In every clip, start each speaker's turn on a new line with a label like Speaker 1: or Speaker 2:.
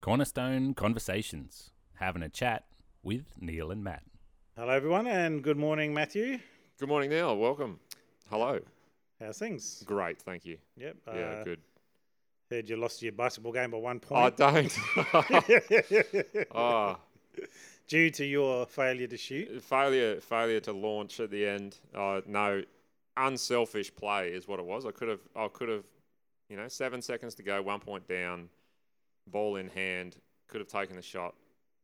Speaker 1: Cornerstone Conversations, having a chat with Neil and Matt.
Speaker 2: Hello, everyone, and good morning, Matthew.
Speaker 3: Good morning, Neil. Welcome. Hello.
Speaker 2: How's things?
Speaker 3: Great. Thank you.
Speaker 2: Yep. uh,
Speaker 3: Yeah, good.
Speaker 2: Heard you lost your basketball game by one
Speaker 3: I
Speaker 2: point
Speaker 3: don't. Ah,
Speaker 2: due to your failure to shoot.
Speaker 3: failure, failure to launch at the end. Uh, no, unselfish play is what it was. I could have, I could have, you know, seven seconds to go, one point down, ball in hand. Could have taken the shot,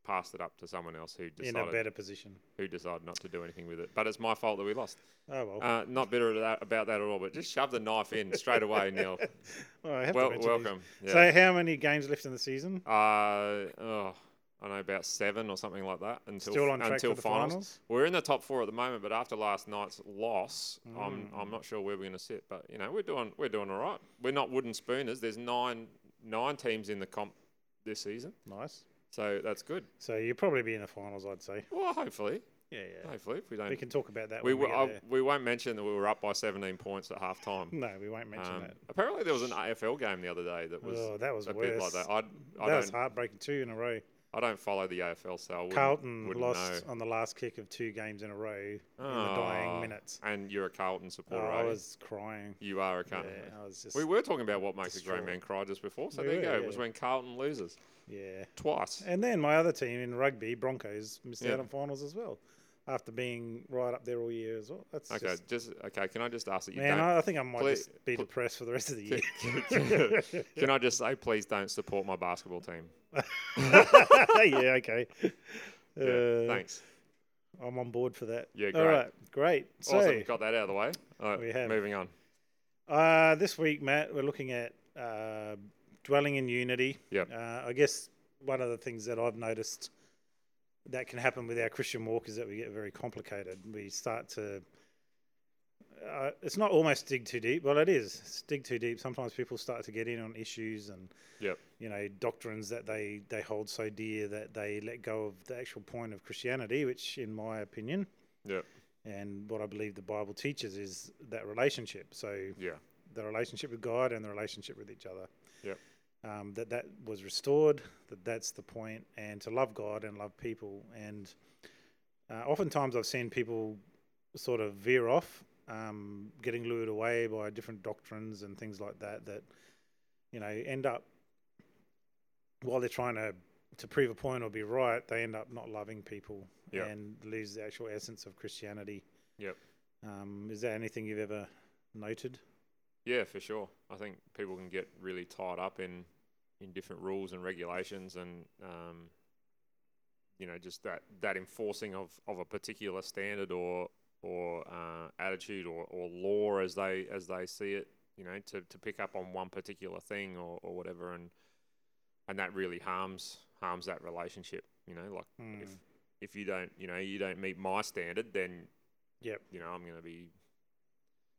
Speaker 3: passed it up to someone else who
Speaker 2: In a
Speaker 3: decided
Speaker 2: better position.
Speaker 3: who decided not to do anything with it. But it's my fault that we lost.
Speaker 2: Oh well.
Speaker 3: Uh, not bitter at that- about that at all. But just shove the knife in straight away, Neil.
Speaker 2: Well, I have to
Speaker 3: Well,
Speaker 2: mention these.
Speaker 3: welcome. Yeah.
Speaker 2: So, how many games left in the season?
Speaker 3: Uh, oh, I know about seven or something like that until
Speaker 2: Still on track
Speaker 3: until
Speaker 2: for the
Speaker 3: finals.
Speaker 2: finals?
Speaker 3: We're in the top four at the moment, but after last night's loss, I'm
Speaker 2: Hmm.
Speaker 3: I'm not sure where we're going to sit. But you know, we're doing we're doing all right. We're not wooden spooners. There's nine nine teams in the comp this season,
Speaker 2: Nice.
Speaker 3: so that's good.
Speaker 2: So you'll probably be in the finals, I'd say.
Speaker 3: Well, hopefully,
Speaker 2: Yeah, yeah.
Speaker 3: hopefully if we don't,
Speaker 2: We can talk about that.
Speaker 3: we,
Speaker 2: when we
Speaker 3: w-
Speaker 2: get
Speaker 3: I-
Speaker 2: there.
Speaker 3: we won't mention that we were up by 17 points at half time.
Speaker 2: No, we won't mention
Speaker 3: Um,
Speaker 2: that.
Speaker 3: apparently, there was an AFL game the other day that was
Speaker 2: Oh, that was
Speaker 3: a bit
Speaker 2: worse.
Speaker 3: like that. I'd, I
Speaker 2: that
Speaker 3: don't
Speaker 2: was heartbreaking. Two in a row.
Speaker 3: I don't follow the AFL, so I wouldn't,
Speaker 2: Carlton
Speaker 3: wouldn't know.
Speaker 2: lost on the last kick of two games in a row in the dying
Speaker 3: Ah,
Speaker 2: minutes.
Speaker 3: And you're a Carlton
Speaker 2: Oh,
Speaker 3: supporter.
Speaker 2: I
Speaker 3: eh?
Speaker 2: was crying.
Speaker 3: you are a Carlton.
Speaker 2: Yeah, I was just.
Speaker 3: we were talking about what makes a
Speaker 2: distraught.
Speaker 3: great man cry just before, so
Speaker 2: We
Speaker 3: there you
Speaker 2: were,
Speaker 3: go.
Speaker 2: yeah.
Speaker 3: It was when Carlton loses
Speaker 2: yeah.
Speaker 3: twice.
Speaker 2: And then my other team in rugby, Broncos, missed
Speaker 3: Yeah.
Speaker 2: out on finals as well, after being right up there all year as well. That's
Speaker 3: Okay,
Speaker 2: just,
Speaker 3: just, okay. Can I just ask that you
Speaker 2: man.
Speaker 3: don't?
Speaker 2: I, I think I might
Speaker 3: Ple-
Speaker 2: just be
Speaker 3: ple-
Speaker 2: depressed for the rest of the year.
Speaker 3: can I just say, please don't support my basketball team?
Speaker 2: yeah, okay.
Speaker 3: Yeah,
Speaker 2: Uh,
Speaker 3: thanks.
Speaker 2: I'm on board for that.
Speaker 3: Yeah,
Speaker 2: All
Speaker 3: great.
Speaker 2: right, great. So
Speaker 3: awesome. Got that out of the way. All right,
Speaker 2: we have-
Speaker 3: moving on.
Speaker 2: uh, this week, Matt, we're looking at uh, dwelling in unity.
Speaker 3: Yep.
Speaker 2: Uh, I guess one of the things that I've noticed that can happen with our Christian walk is that we get very complicated. We start to. Uh, it's not almost dig too deep. Well, it is. It's dig too deep. Sometimes people start to get in on issues and
Speaker 3: Yep.
Speaker 2: you know doctrines that they they hold so dear that they let go of the actual point of Christianity, which, in my opinion,
Speaker 3: Yep.
Speaker 2: and what I believe the Bible teaches is that relationship. So
Speaker 3: Yeah.
Speaker 2: the relationship with God and the relationship with each other.
Speaker 3: Yep.
Speaker 2: Um, that that was restored. That that's the point, and to love God and love people. And uh, oftentimes I've seen people sort of veer off, um, getting lured away by different doctrines and things like that. That you know end up while they're trying to to prove a point or be right, they end up not loving people
Speaker 3: Yep.
Speaker 2: and lose the actual essence of Christianity.
Speaker 3: Yep.
Speaker 2: Um, is there anything you've ever noted?
Speaker 3: Yeah, for sure. I think people can get really tied up in in different rules and regulations, and um, you know, just that that enforcing of of a particular standard or or uh, attitude or, or law as they as they see it. You know, to, to pick up on one particular thing or, or whatever, and and that really harms harms that relationship. You know, like if
Speaker 2: Hmm.
Speaker 3: if you don't you know you don't meet my standard, then
Speaker 2: Yep.
Speaker 3: you know, I'm going to be,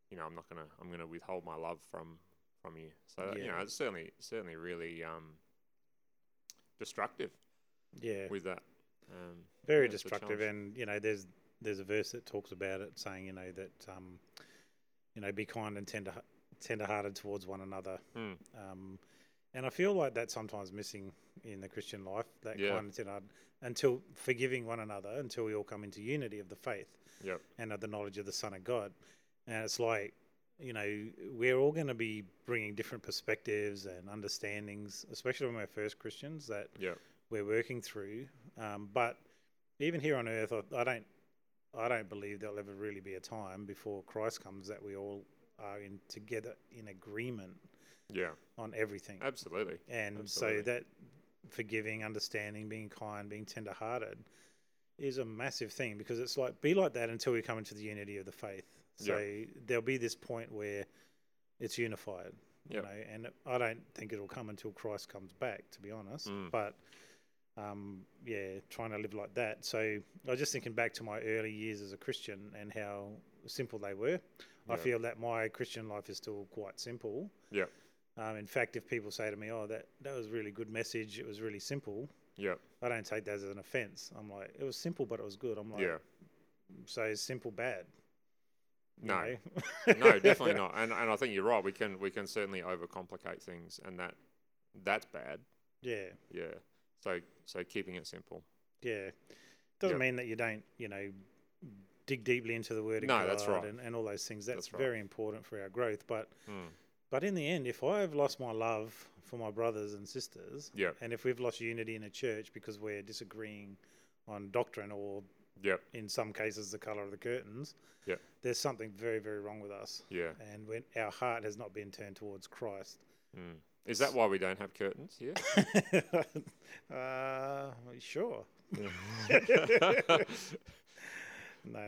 Speaker 3: you know, I'm not going to, I'm going to withhold my love from, from you. So, that, you
Speaker 2: Yeah.
Speaker 3: know, it's certainly, certainly really, um, destructive
Speaker 2: Yeah.
Speaker 3: with that. Um,
Speaker 2: very
Speaker 3: yeah, it's a
Speaker 2: destructive
Speaker 3: challenge.
Speaker 2: and you know there's there's a verse that talks about it saying you know that um you know be kind and tender tender hearted towards one another
Speaker 3: Mm.
Speaker 2: um and i feel like that's sometimes missing in the christian life that
Speaker 3: Yeah.
Speaker 2: kind of tender until forgiving one another until we all come into unity of the faith
Speaker 3: Yep.
Speaker 2: and of the knowledge of the son of god and it's like you know we're all going to be bringing different perspectives and understandings especially when we're first christians that
Speaker 3: Yep.
Speaker 2: we're working through. Um, but even here on Earth, I, I don't, I don't believe there'll ever really be a time before Christ comes that we all are in together in agreement
Speaker 3: Yeah.
Speaker 2: on everything.
Speaker 3: Absolutely.
Speaker 2: And
Speaker 3: absolutely.
Speaker 2: so that forgiving, understanding, being kind, being tender-hearted is a massive thing because it's like be like that until we come into the unity of the faith. So there'll be this point where it's unified, you
Speaker 3: Yep.
Speaker 2: know. And I don't think it'll come until Christ comes back, to be honest.
Speaker 3: Mm.
Speaker 2: But um, yeah, trying to live like that. So I was just thinking back to my early years as a Christian and how simple they were. I
Speaker 3: Yeah.
Speaker 2: feel that my Christian life is still quite simple.
Speaker 3: Yep.
Speaker 2: Um, in fact, if people say to me, "Oh, that that was a really good message. It was really simple,"
Speaker 3: Yep.
Speaker 2: I don't take that as an offence. I'm like, "It was simple, but it was good." I'm like,
Speaker 3: yeah.
Speaker 2: "So is simple bad?" You
Speaker 3: No.
Speaker 2: know?
Speaker 3: no, definitely not. And and I think you're right. We can we can certainly overcomplicate things, and that that's bad.
Speaker 2: Yeah.
Speaker 3: Yeah. So so keeping it simple.
Speaker 2: Yeah. Doesn't
Speaker 3: Yeah.
Speaker 2: mean that you don't, you know, dig deeply into the word of
Speaker 3: No,
Speaker 2: God
Speaker 3: that's right.
Speaker 2: and, and all those things. That's,
Speaker 3: That's right.
Speaker 2: very important for our growth. But
Speaker 3: Mm.
Speaker 2: but in the end, if I've lost my love for my brothers and sisters,
Speaker 3: Yep.
Speaker 2: and if we've lost unity in a church because we're disagreeing on doctrine or
Speaker 3: Yep.
Speaker 2: in some cases the color of the curtains,
Speaker 3: Yep.
Speaker 2: there's something very, very wrong with us.
Speaker 3: Yeah.
Speaker 2: And when our heart has not been turned towards Christ.
Speaker 3: Mm. Is that why we don't have curtains here?
Speaker 2: uh, sure. No,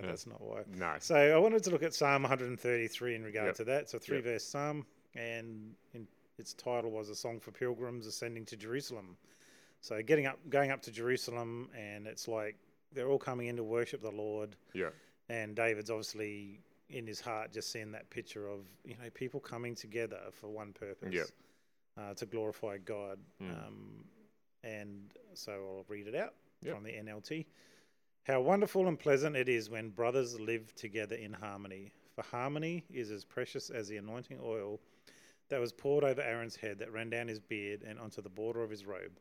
Speaker 2: that's not why.
Speaker 3: no.
Speaker 2: So I wanted to look at Psalm 133 in regard
Speaker 3: Yep.
Speaker 2: to that. It's a three
Speaker 3: Yep.
Speaker 2: verse psalm, and in, its title was "A Song for Pilgrims Ascending to Jerusalem." So getting up, going up to Jerusalem, and it's like they're all coming in to worship the Lord.
Speaker 3: Yeah.
Speaker 2: And David's obviously in his heart just seeing that picture of you know people coming together for one purpose,
Speaker 3: Yep.
Speaker 2: uh, to glorify God.
Speaker 3: Mm.
Speaker 2: Um, and so I'll read it out
Speaker 3: Yep.
Speaker 2: from the NLT. How wonderful and pleasant it is when brothers live together in harmony. For harmony is as precious as the anointing oil that was poured over Aaron's head, that ran down his beard and onto the border of his robe.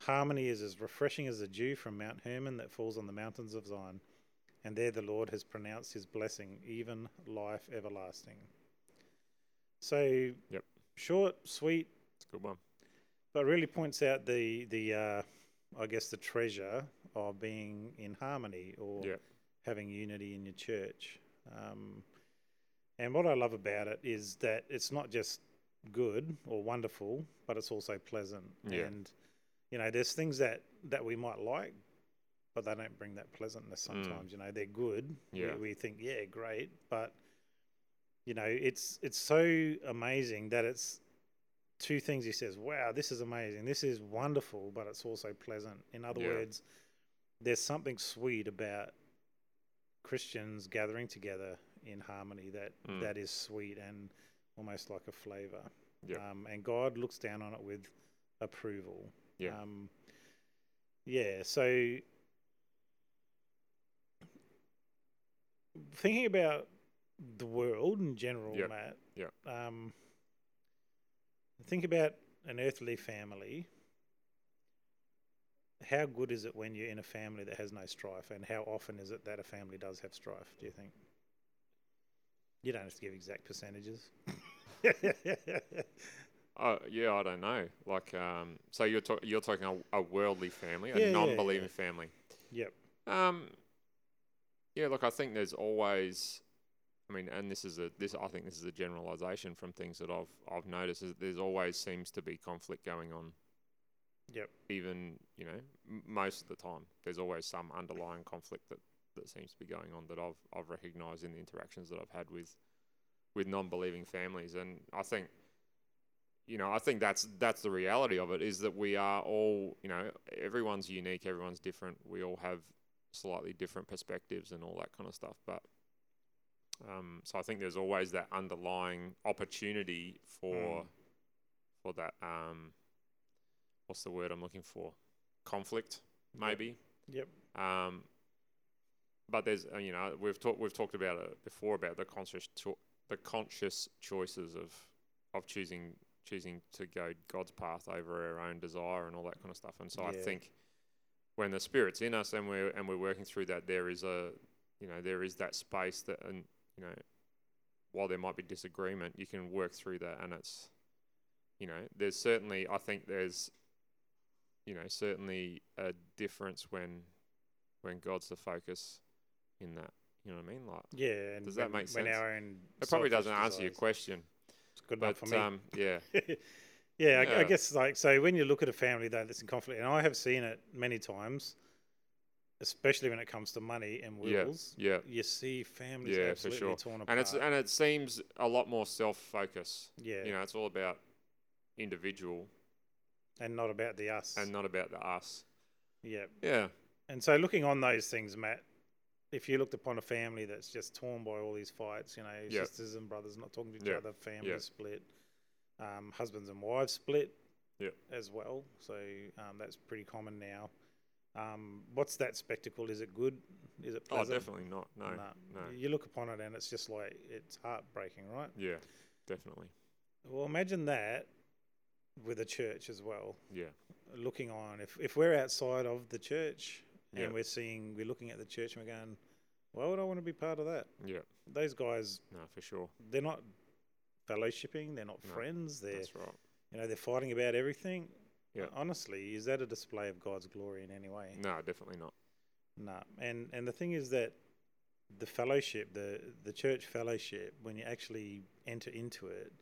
Speaker 2: Harmony is as refreshing as the dew from Mount Hermon that falls on the mountains of Zion. And there the Lord has pronounced his blessing, even life everlasting. So,
Speaker 3: Yep.
Speaker 2: short, sweet,
Speaker 3: It's a good one.
Speaker 2: but really points out the the uh, I guess the treasure of being in harmony or
Speaker 3: Yeah.
Speaker 2: having unity in your church. Um, and what I love about it is that it's not just good or wonderful, but it's also pleasant.
Speaker 3: Yeah.
Speaker 2: And you know, there's things that that we might like, but they don't bring that pleasantness.
Speaker 3: Mm.
Speaker 2: Sometimes you know they're good. We-
Speaker 3: Yeah.
Speaker 2: we think yeah, great, but you know it's it's so amazing that it's two things he says wow this is amazing this is wonderful but it's also pleasant in other
Speaker 3: Yeah.
Speaker 2: words there's something sweet about christians gathering together in harmony that
Speaker 3: Mm.
Speaker 2: that is sweet and almost like a flavor
Speaker 3: Yeah.
Speaker 2: um, and god looks down on it with approval
Speaker 3: Yeah.
Speaker 2: um, yeah so thinking about the world in general
Speaker 3: Yep.
Speaker 2: matt
Speaker 3: Yep.
Speaker 2: um, think about an earthly family. How good is it when you're in a family that has no strife, and how often is it that a family does have strife? Do you think? You don't have to give exact percentages.
Speaker 3: Uh, yeah, I don't know. Like, um, so you're talk- you're talking a, a worldly family,
Speaker 2: Yeah, yeah,
Speaker 3: a
Speaker 2: yeah.
Speaker 3: non-believing family.
Speaker 2: yep.
Speaker 3: Um, yeah, look, I think there's always, I mean, and this is a this I think this is a generalization from things that I've I've noticed is there's always seems to be conflict going on.
Speaker 2: Yep.
Speaker 3: Even you know m- most of the time, there's always some underlying conflict that that seems to be going on that I've I've recognised in the interactions that I've had with with non-believing families, and I think. You know, I think that's that's the reality of it is that we are all, you know, everyone's unique, everyone's different. We all have slightly different perspectives and all that kind of stuff. But um, so I think there's always that underlying opportunity for
Speaker 2: Mm.
Speaker 3: for that. Um, what's the word I'm looking for? Conflict, maybe.
Speaker 2: Yep.
Speaker 3: Um, but there's uh, you know we've talked we've talked about it before about the conscious cho- the conscious choices of of choosing choosing to go God's path over our own desire and all that kind of stuff. And so I
Speaker 2: Yeah.
Speaker 3: think when the spirit's in us and we're and we're working through that, there is a you know there is that space that and you know while there might be disagreement, you can work through that, and it's you know there's certainly I think there's you know certainly a difference when when God's the focus in that. You know what I mean? Like
Speaker 2: Yeah. And
Speaker 3: Does that
Speaker 2: when-
Speaker 3: make
Speaker 2: When
Speaker 3: sense?
Speaker 2: our own
Speaker 3: it
Speaker 2: selfish
Speaker 3: probably doesn't answer your
Speaker 2: desires-
Speaker 3: question,
Speaker 2: It's good enough
Speaker 3: but
Speaker 2: for me.
Speaker 3: um, yeah,
Speaker 2: yeah, I, I
Speaker 3: Yeah.
Speaker 2: guess like so when you look at a family though that's in conflict, and I have seen it many times, especially when it comes to money and
Speaker 3: Yeah.
Speaker 2: wills.
Speaker 3: yeah.
Speaker 2: You see families
Speaker 3: Yeah, for
Speaker 2: absolutely
Speaker 3: sure.
Speaker 2: torn apart.
Speaker 3: And it's and it seems a lot more self focus.
Speaker 2: yeah,
Speaker 3: You know, it's all about individual
Speaker 2: and not about the us.
Speaker 3: and not about the us.
Speaker 2: yeah,
Speaker 3: Yeah.
Speaker 2: and so looking on those things, Matt, if you looked upon a family that's just torn by all these fights, you know,
Speaker 3: Yeah.
Speaker 2: sisters and brothers not talking to each
Speaker 3: Yeah.
Speaker 2: other, family
Speaker 3: Yeah.
Speaker 2: split, um, husbands and wives split,
Speaker 3: Yeah.
Speaker 2: as well. So um, that's pretty common now. Um, what's that spectacle? Is it good? Is it
Speaker 3: Oh,
Speaker 2: pleasant?
Speaker 3: definitely not. No. no.
Speaker 2: You look upon it and it's just like it's heartbreaking, right?
Speaker 3: Yeah, definitely.
Speaker 2: Well, imagine that with the church as well.
Speaker 3: Yeah.
Speaker 2: Looking on, if if we're outside of the church and
Speaker 3: Yeah.
Speaker 2: we're seeing, we're looking at the church and we're going, why would I want to be part of that?
Speaker 3: Yeah.
Speaker 2: Those guys,
Speaker 3: No, for sure.
Speaker 2: they're not fellowshipping, they're not
Speaker 3: No,
Speaker 2: friends, they're
Speaker 3: That's right.
Speaker 2: you know they're fighting about everything.
Speaker 3: Yeah.
Speaker 2: Uh, Honestly, is that a display of God's glory in any way?
Speaker 3: No, definitely not.
Speaker 2: No, and and the thing is that the fellowship, the the church fellowship, when you actually enter into it,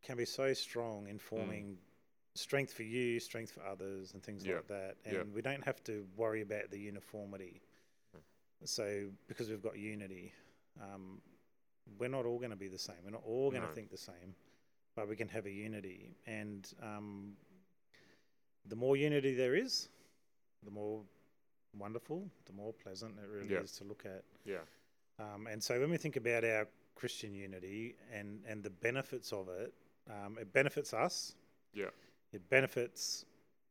Speaker 2: can be so strong in forming strength for you, strength for others, and things
Speaker 3: Mm. Yeah.
Speaker 2: like that. And
Speaker 3: Yeah.
Speaker 2: we don't have to worry about the uniformity.
Speaker 3: Mm.
Speaker 2: So because we've got unity, um, we're not all going to be the same. We're not all going to
Speaker 3: No.
Speaker 2: think the same, but we can have a unity. And um, the more unity there is, the more wonderful, the more pleasant it really
Speaker 3: Yeah.
Speaker 2: is to look at.
Speaker 3: Yeah.
Speaker 2: Um, and so when we think about our Christian unity and, and the benefits of it, um, it benefits us.
Speaker 3: Yeah.
Speaker 2: It benefits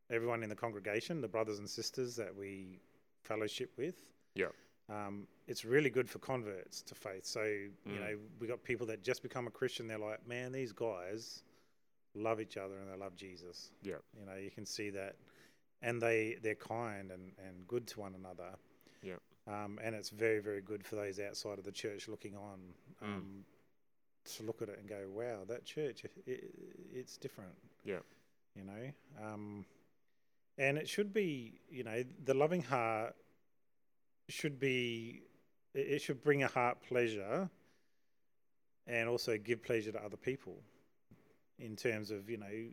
Speaker 2: everyone in the congregation, the brothers and sisters that we fellowship with.
Speaker 3: Yeah.
Speaker 2: Um, it's really good for converts to faith. So, you
Speaker 3: Mm.
Speaker 2: know, we got people that just become a Christian. They're like, man, these guys love each other and they love Jesus.
Speaker 3: Yeah.
Speaker 2: You know, you can see that. And they, they're kind and, and good to one another um, and it's very very good for those outside of the church looking on
Speaker 3: Mm.
Speaker 2: um, to look at it and go wow that church i i it's different
Speaker 3: Yeah.
Speaker 2: you know um, and it should be you know the loving heart should be it it should bring a heart pleasure and also give pleasure to other people in terms of you know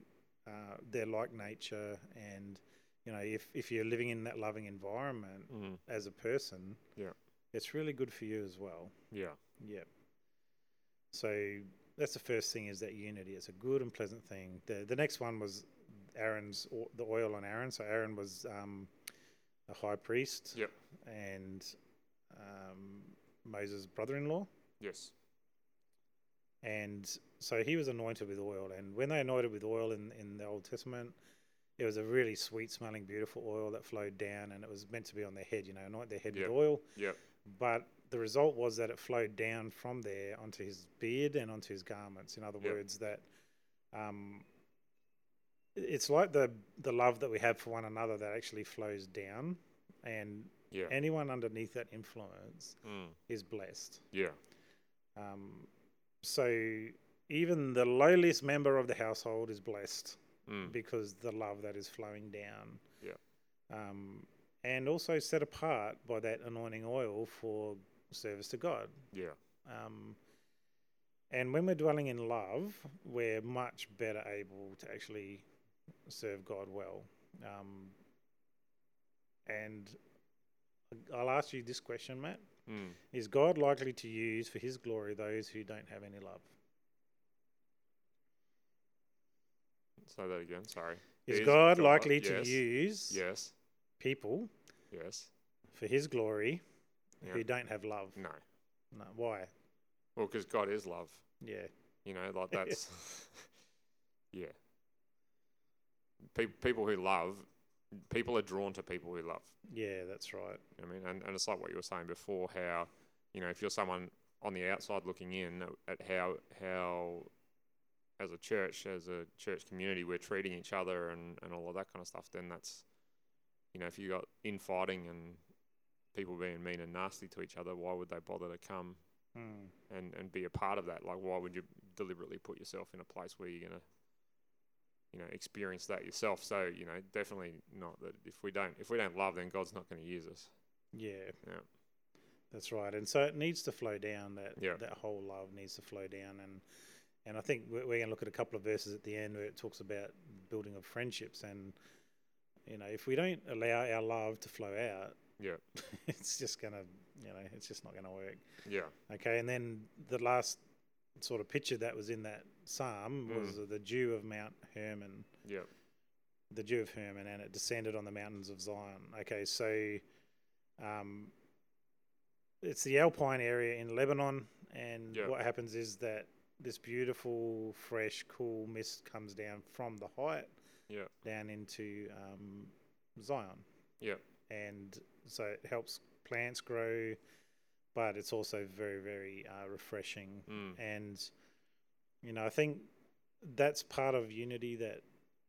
Speaker 2: uh, their like nature and you know if, if you're living in that loving environment
Speaker 3: Mm.
Speaker 2: as a person,
Speaker 3: Yeah.
Speaker 2: it's really good for you as well.
Speaker 3: Yeah.
Speaker 2: Yeah. So that's the first thing is that unity. It's a good and pleasant thing. The the next one was Aaron's o- the oil on Aaron. So Aaron was um, the high priest.
Speaker 3: Yep.
Speaker 2: And um, Moses' brother-in-law,
Speaker 3: Yes.
Speaker 2: and so he was anointed with oil. And when they anointed with oil in in the Old Testament. It was a really sweet smelling, beautiful oil that flowed down, and it was meant to be on their head. You know, anoint their head
Speaker 3: Yep.
Speaker 2: with oil,
Speaker 3: Yep.
Speaker 2: but the result was that it flowed down from there onto his beard and onto his garments. In other
Speaker 3: Yep.
Speaker 2: words, that um, i- it's like the the love that we have for one another that actually flows down, and
Speaker 3: Yeah.
Speaker 2: anyone underneath that influence
Speaker 3: Mm.
Speaker 2: is blessed.
Speaker 3: Yeah.
Speaker 2: Um, so even the lowliest member of the household is blessed
Speaker 3: Mm.
Speaker 2: because the love that is flowing down.
Speaker 3: Yeah.
Speaker 2: Um, and also set apart by that anointing oil for service to God.
Speaker 3: Yeah.
Speaker 2: Um, and when we're dwelling in love, we're much better able to actually serve God well. Um, and I'll ask you this question, Matt.
Speaker 3: Mm.
Speaker 2: Is God likely to use for his glory those who don't have any love?
Speaker 3: Say that again. Sorry.
Speaker 2: Is,
Speaker 3: Is
Speaker 2: God,
Speaker 3: God-
Speaker 2: likely
Speaker 3: yes.
Speaker 2: to use
Speaker 3: Yes.
Speaker 2: people
Speaker 3: Yes.
Speaker 2: for his glory
Speaker 3: Yeah.
Speaker 2: who don't have love.
Speaker 3: No.
Speaker 2: No, why?
Speaker 3: Well, because God is love.
Speaker 2: Yeah,
Speaker 3: You know, like that's yeah. Pe- people who love, people are drawn to people who love.
Speaker 2: yeah, that's right.
Speaker 3: you know what I mean, and, and it's like what you were saying before, how you know if you're someone on the outside looking in at- at how how as a church, as a church community, we're treating each other and and all of that kind of stuff, then that's you know if you got infighting and people being mean and nasty to each other, why would they bother to come
Speaker 2: Mm.
Speaker 3: and and be a part of that. Like, why would you deliberately put yourself in a place where you're gonna, you know, experience that yourself? So you know, definitely not that. If we don't, if we don't love, then God's not going to use us.
Speaker 2: Yeah,
Speaker 3: Yeah.
Speaker 2: that's right. And so it needs to flow down. That
Speaker 3: Yeah.
Speaker 2: that whole love needs to flow down. And and I think we're, we're going to look at a couple of verses at the end where it talks about building of friendships. And you know, if we don't allow our love to flow out,
Speaker 3: Yeah.
Speaker 2: it's just gonna, you know, it's just not going to work.
Speaker 3: Yeah,
Speaker 2: Okay, and then the last sort of picture that was in that psalm
Speaker 3: Mm.
Speaker 2: was the dew of Mount Hermon.
Speaker 3: yeah,
Speaker 2: the dew of Hermon, and it descended on the mountains of Zion. Okay, so um, it's the alpine area in Lebanon, and
Speaker 3: Yeah.
Speaker 2: what happens is that this beautiful, fresh, cool mist comes down from the height
Speaker 3: yeah,
Speaker 2: down into um, Zion,
Speaker 3: yeah,
Speaker 2: and so it helps plants grow, but it's also very, very uh, refreshing
Speaker 3: mm,
Speaker 2: and you know i think that's part of unity that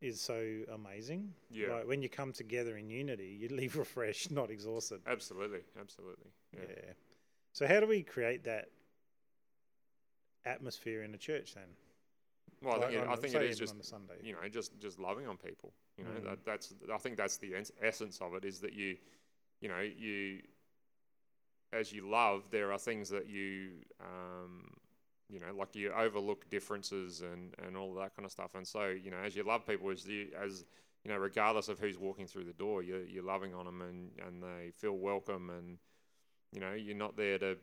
Speaker 2: is so amazing.
Speaker 3: Yeah.
Speaker 2: Like when you come together in unity, you leave refreshed, not exhausted.
Speaker 3: Absolutely, absolutely.
Speaker 2: Yeah.
Speaker 3: Yeah.
Speaker 2: So how do we create that atmosphere in a church then?
Speaker 3: Well, I
Speaker 2: Like
Speaker 3: think, it,
Speaker 2: on
Speaker 3: I
Speaker 2: a-
Speaker 3: think it
Speaker 2: say
Speaker 3: is
Speaker 2: even
Speaker 3: just
Speaker 2: on a Sunday.
Speaker 3: you know just just loving on people. You know
Speaker 2: Mm.
Speaker 3: that that's I think that's the ens- essence of it is that you you know you as you love there are things that you um, you know like you overlook differences and and all that kind of stuff. And so you know as you love people as you as you know regardless of who's walking through the door, you're you're loving on them and and they feel welcome and you know you're not there to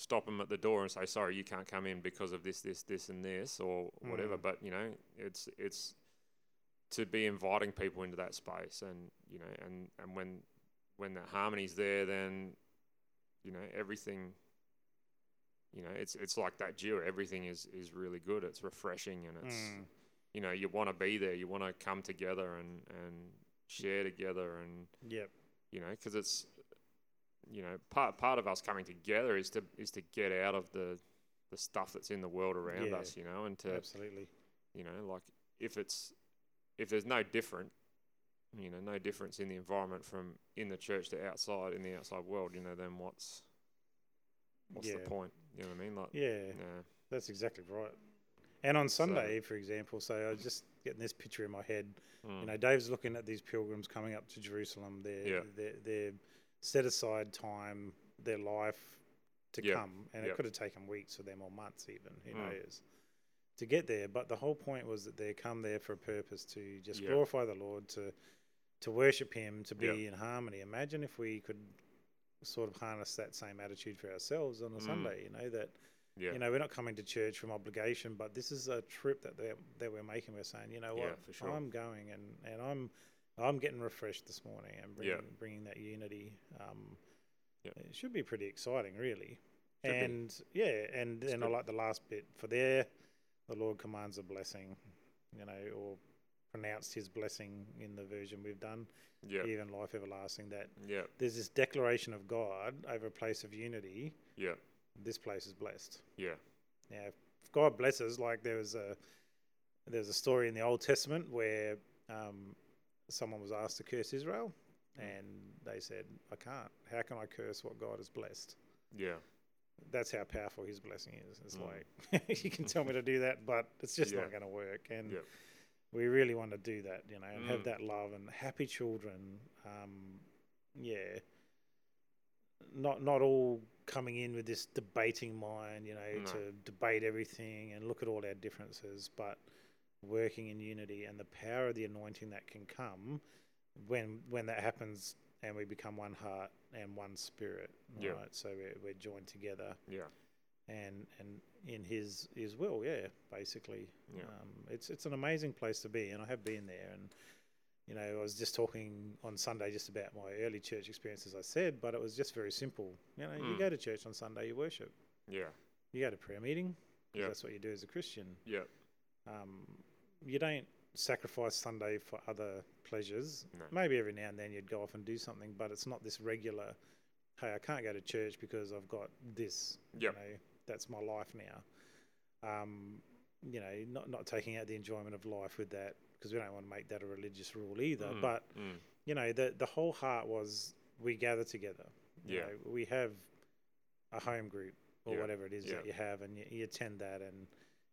Speaker 3: stop them at the door and say, "Sorry, you can't come in because of this, this, this, and this, or whatever."
Speaker 2: Mm.
Speaker 3: But you know, it's it's to be inviting people into that space, and you know, and and when when that harmony's there, then you know everything. You know, it's it's like that duo. Everything is is really good. It's refreshing, and it's
Speaker 2: Mm.
Speaker 3: you know you want to be there. You want to come together and and share together and
Speaker 2: Yep.
Speaker 3: you know, because it's you know part part of us coming together is to is to get out of the the stuff that's in the world around
Speaker 2: Yeah.
Speaker 3: us, you know, and to
Speaker 2: Absolutely.
Speaker 3: you know like if it's if there's no different, you know, no difference in the environment from in the church to outside in the outside world, you know, then what's what's
Speaker 2: Yeah.
Speaker 3: the point? You know what I mean? Like,
Speaker 2: Yeah.
Speaker 3: yeah,
Speaker 2: That's exactly right. And on Sunday, for example, so I was just getting this picture in my head. You
Speaker 3: Mm.
Speaker 2: know, Dave's looking at these pilgrims coming up to Jerusalem. Their
Speaker 3: Yeah.
Speaker 2: their, their set aside time, their life to
Speaker 3: Yeah,
Speaker 2: come, and
Speaker 3: yeah.
Speaker 2: it could have taken weeks for them or months, even who
Speaker 3: Mm.
Speaker 2: knows, to get there. But the whole point was that they come there for a purpose to just
Speaker 3: Yeah.
Speaker 2: glorify the Lord, to to worship Him, to be
Speaker 3: Yeah.
Speaker 2: in harmony. Imagine if we could sort of harness that same attitude for ourselves on a
Speaker 3: Mm.
Speaker 2: Sunday. You know that
Speaker 3: yeah,
Speaker 2: you know, we're not coming to church from obligation, but this is a trip that they're, that we're making. We're saying, you know what,
Speaker 3: Yeah, for sure.
Speaker 2: I'm going and, and I'm I'm getting refreshed this morning and bringing,
Speaker 3: Yeah.
Speaker 2: bringing that unity. Um,
Speaker 3: Yep.
Speaker 2: It should be pretty exciting, really.
Speaker 3: Should be.
Speaker 2: and yeah, and
Speaker 3: It's
Speaker 2: and I
Speaker 3: good.
Speaker 2: like the last bit for there, the Lord commands a blessing, you know, or pronounced His blessing in the version we've done,
Speaker 3: yeah, yeah,
Speaker 2: even life everlasting. That
Speaker 3: yeah,
Speaker 2: there's this declaration of God over a place of unity.
Speaker 3: yeah,
Speaker 2: This place is blessed.
Speaker 3: yeah,
Speaker 2: Now, if God blesses, like there was a there's a story in the Old Testament where um, someone was asked to curse Israel, and they said, "I can't. How can I curse what God has blessed?"
Speaker 3: yeah,
Speaker 2: That's how powerful His blessing is. It's
Speaker 3: Mm.
Speaker 2: like you can tell me to do that, but it's just
Speaker 3: Yeah.
Speaker 2: not going to work. And
Speaker 3: Yep.
Speaker 2: we really want to do that, you know, and
Speaker 3: Mm.
Speaker 2: have that love and happy children. Um, yeah, not not all coming in with this debating mind, you know,
Speaker 3: No.
Speaker 2: to debate everything and look at all our differences, but working in unity and the power of the anointing that can come when when that happens and we become one heart and one spirit
Speaker 3: Yeah.
Speaker 2: right so we're, we're joined together
Speaker 3: yeah,
Speaker 2: and and in his his will yeah basically
Speaker 3: yeah.
Speaker 2: um, it's it's an amazing place to be and i have been there and you know i was just talking on sunday just about my early church experience as i said but it was just very simple you know you
Speaker 3: Mm.
Speaker 2: go to church on sunday you worship
Speaker 3: yeah.
Speaker 2: you go to prayer meeting 'cause
Speaker 3: Yeah.
Speaker 2: that's what you do as a christian
Speaker 3: Yeah,
Speaker 2: um, you don't sacrifice Sunday for other pleasures.
Speaker 3: No.
Speaker 2: Maybe every now and then you'd go off and do something, but it's not this regular. Hey, I can't go to church because I've got this.
Speaker 3: Yep.
Speaker 2: You know, that's my life now. Um, you know, not not taking out the enjoyment of life with that because we don't want to make that a religious rule either.
Speaker 3: Mm,
Speaker 2: But
Speaker 3: mm,
Speaker 2: you know, the the whole heart was we gather together. You
Speaker 3: Yeah.
Speaker 2: know, we have a home group or
Speaker 3: Yeah,
Speaker 2: whatever it is that
Speaker 3: yeah.
Speaker 2: you have, and you, you attend that and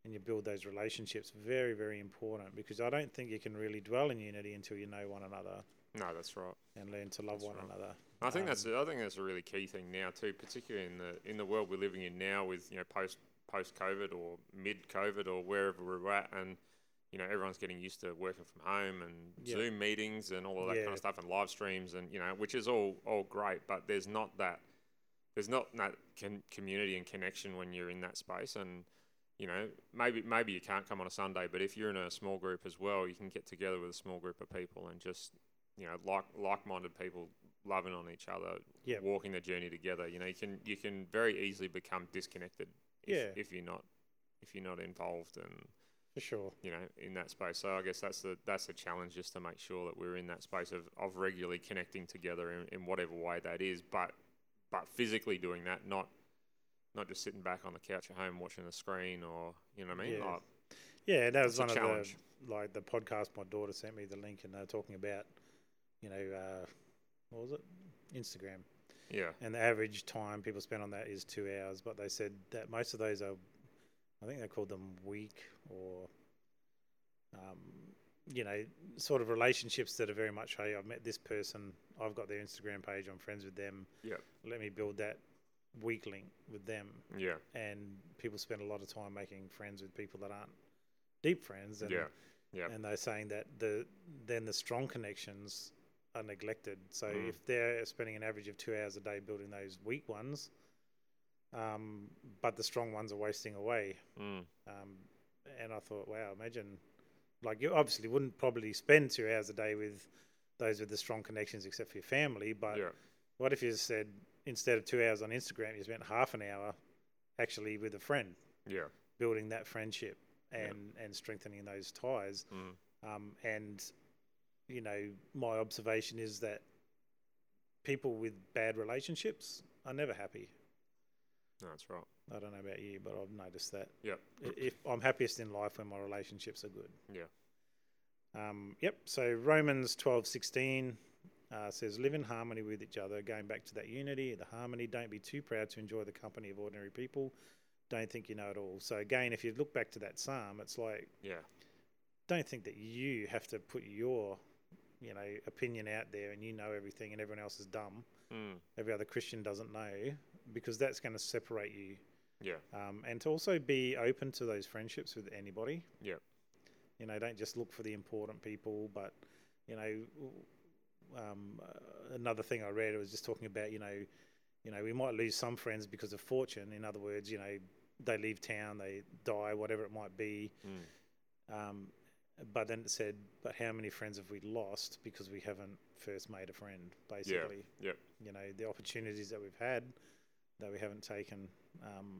Speaker 2: and you build those relationships. Very very important because I don't think you can really dwell in unity until you know one another
Speaker 3: no, that's right.
Speaker 2: and learn to love
Speaker 3: That's
Speaker 2: one
Speaker 3: right.
Speaker 2: another.
Speaker 3: I think that's
Speaker 2: Um,
Speaker 3: I think that's a really key thing now too, particularly in the in the world we're living in now with you know post post COVID or mid COVID or wherever we're at, and you know everyone's getting used to working from home and
Speaker 2: Yeah.
Speaker 3: Zoom meetings and all of that kind
Speaker 2: Yeah.
Speaker 3: of stuff and live streams and you know which is all all great, but there's not that there's not that con- community and connection when you're in that space and you know maybe maybe you can't come on a Sunday, but if you're in a small group as well, you can get together with a small group of people and just you know like like-minded people loving on each other,
Speaker 2: Yep.
Speaker 3: walking the journey together. You know, you can you can very easily become disconnected if,
Speaker 2: Yeah.
Speaker 3: if you're not if you're not involved and
Speaker 2: for sure.
Speaker 3: you know in that space. So I guess that's the that's the challenge, just to make sure that we're in that space of, of regularly connecting together in, in whatever way that is, but but physically doing that, not not just sitting back on the couch at home watching the screen or you know what I mean.
Speaker 2: Yeah.
Speaker 3: Like,
Speaker 2: Yeah, that was
Speaker 3: It's a
Speaker 2: one of
Speaker 3: challenge.
Speaker 2: the like the podcast my daughter sent me the link and they're talking about, you know, uh, what was it? Instagram.
Speaker 3: Yeah.
Speaker 2: And the average time people spend on that is two hours, but they said that most of those are I think they called them weak or um, you know, sort of relationships that are very much, hey, I've met this person, I've got their Instagram page, I'm friends with them.
Speaker 3: Yep.
Speaker 2: Let me build that weak link with them
Speaker 3: Yeah.
Speaker 2: and people spend a lot of time making friends with people that aren't deep friends and
Speaker 3: Yeah, yeah.
Speaker 2: and they're saying that the then the strong connections are neglected so
Speaker 3: Mm.
Speaker 2: if they're spending an average of two hours a day building those weak ones um, but the strong ones are wasting away
Speaker 3: Mm.
Speaker 2: um, and i thought wow imagine like you obviously wouldn't probably spend two hours a day with those with the strong connections except for your family but
Speaker 3: Yeah.
Speaker 2: what if you said instead of two hours on Instagram, you spent half an hour actually with a friend,
Speaker 3: Yeah.
Speaker 2: building that friendship
Speaker 3: Yeah.
Speaker 2: and and strengthening those ties?
Speaker 3: Mm.
Speaker 2: Um, and you know, my observation is that people with bad relationships are never happy.
Speaker 3: No, that's right.
Speaker 2: I don't know about you, but I've noticed that.
Speaker 3: Yep.
Speaker 2: I- If I'm happiest in life when my relationships are good.
Speaker 3: Yeah.
Speaker 2: Um, yep. So Romans twelve sixteen uh, says, "Live in harmony with each other." Going back to that unity, the harmony. Don't be too proud to enjoy the company of ordinary people. Don't think you know it all. So again, if you look back to that psalm, it's like
Speaker 3: Yeah.
Speaker 2: don't think that you have to put your, you know, opinion out there and you know everything and everyone else is dumb.
Speaker 3: Mm.
Speaker 2: Every other Christian doesn't know because that's going to separate you
Speaker 3: Yeah.
Speaker 2: um, and to also be open to those friendships with anybody.
Speaker 3: Yep.
Speaker 2: You know, don't just look for the important people, but you know, um, uh, another thing I read was just talking about you know, you know, we might lose some friends because of fortune. In other words, you know, they leave town, they die, whatever it might be.
Speaker 3: Mm.
Speaker 2: Um, but then it said, but how many friends have we lost because we haven't first made a friend, basically?
Speaker 3: yep.
Speaker 2: You know, the opportunities that we've had that we haven't taken, um,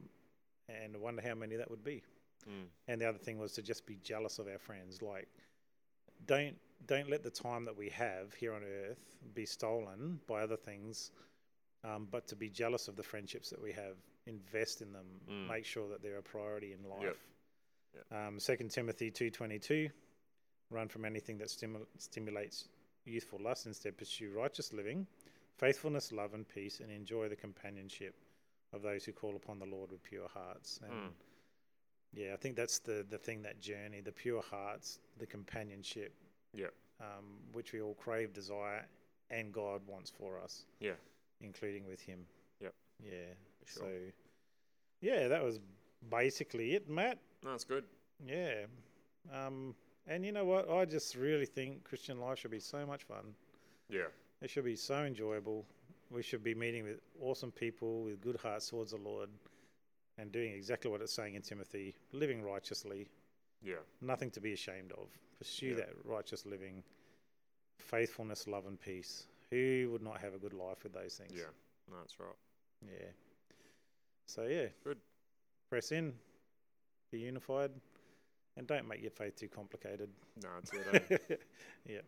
Speaker 2: and I wonder how many that would be.
Speaker 3: Mm.
Speaker 2: And the other thing was to just be jealous of our friends. Like, don't don't let the time that we have here on earth be stolen by other things, um, but to be jealous of the friendships that we have, invest in them,
Speaker 3: Mm.
Speaker 2: make sure that they're a priority in life.
Speaker 3: Yep.
Speaker 2: Um, Second Timothy two twenty two, run from anything that stimul- stimulates youthful lust. Instead, pursue righteous living, faithfulness, love, and peace, and enjoy the companionship of those who call upon the Lord with pure hearts. And
Speaker 3: Mm.
Speaker 2: yeah, I think that's the the thing that journey, the pure hearts, the companionship,
Speaker 3: Yep.
Speaker 2: um, which we all crave, desire, and God wants for us.
Speaker 3: Yeah.
Speaker 2: including with Him.
Speaker 3: Yep.
Speaker 2: Yeah.
Speaker 3: Sure.
Speaker 2: So, yeah, that was basically it, Matt.
Speaker 3: No, it's good.
Speaker 2: Yeah. Um, and you know what? I just really think Christian life should be so much fun.
Speaker 3: Yeah.
Speaker 2: It should be so enjoyable. We should be meeting with awesome people with good hearts towards the Lord and doing exactly what it's saying in Timothy living righteously,
Speaker 3: Yeah.
Speaker 2: nothing to be ashamed of. Pursue
Speaker 3: Yeah.
Speaker 2: that righteous living, faithfulness, love, and peace. Who would not have a good life with those things?
Speaker 3: Yeah. No, that's right.
Speaker 2: Yeah. So, yeah.
Speaker 3: Good.
Speaker 2: Press in, be unified, and don't make your faith too complicated.
Speaker 3: No, it's it. eh?
Speaker 2: yeah.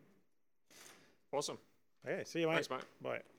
Speaker 3: awesome.
Speaker 2: Okay, see you, mate.
Speaker 3: Thanks, mate.
Speaker 2: Bye.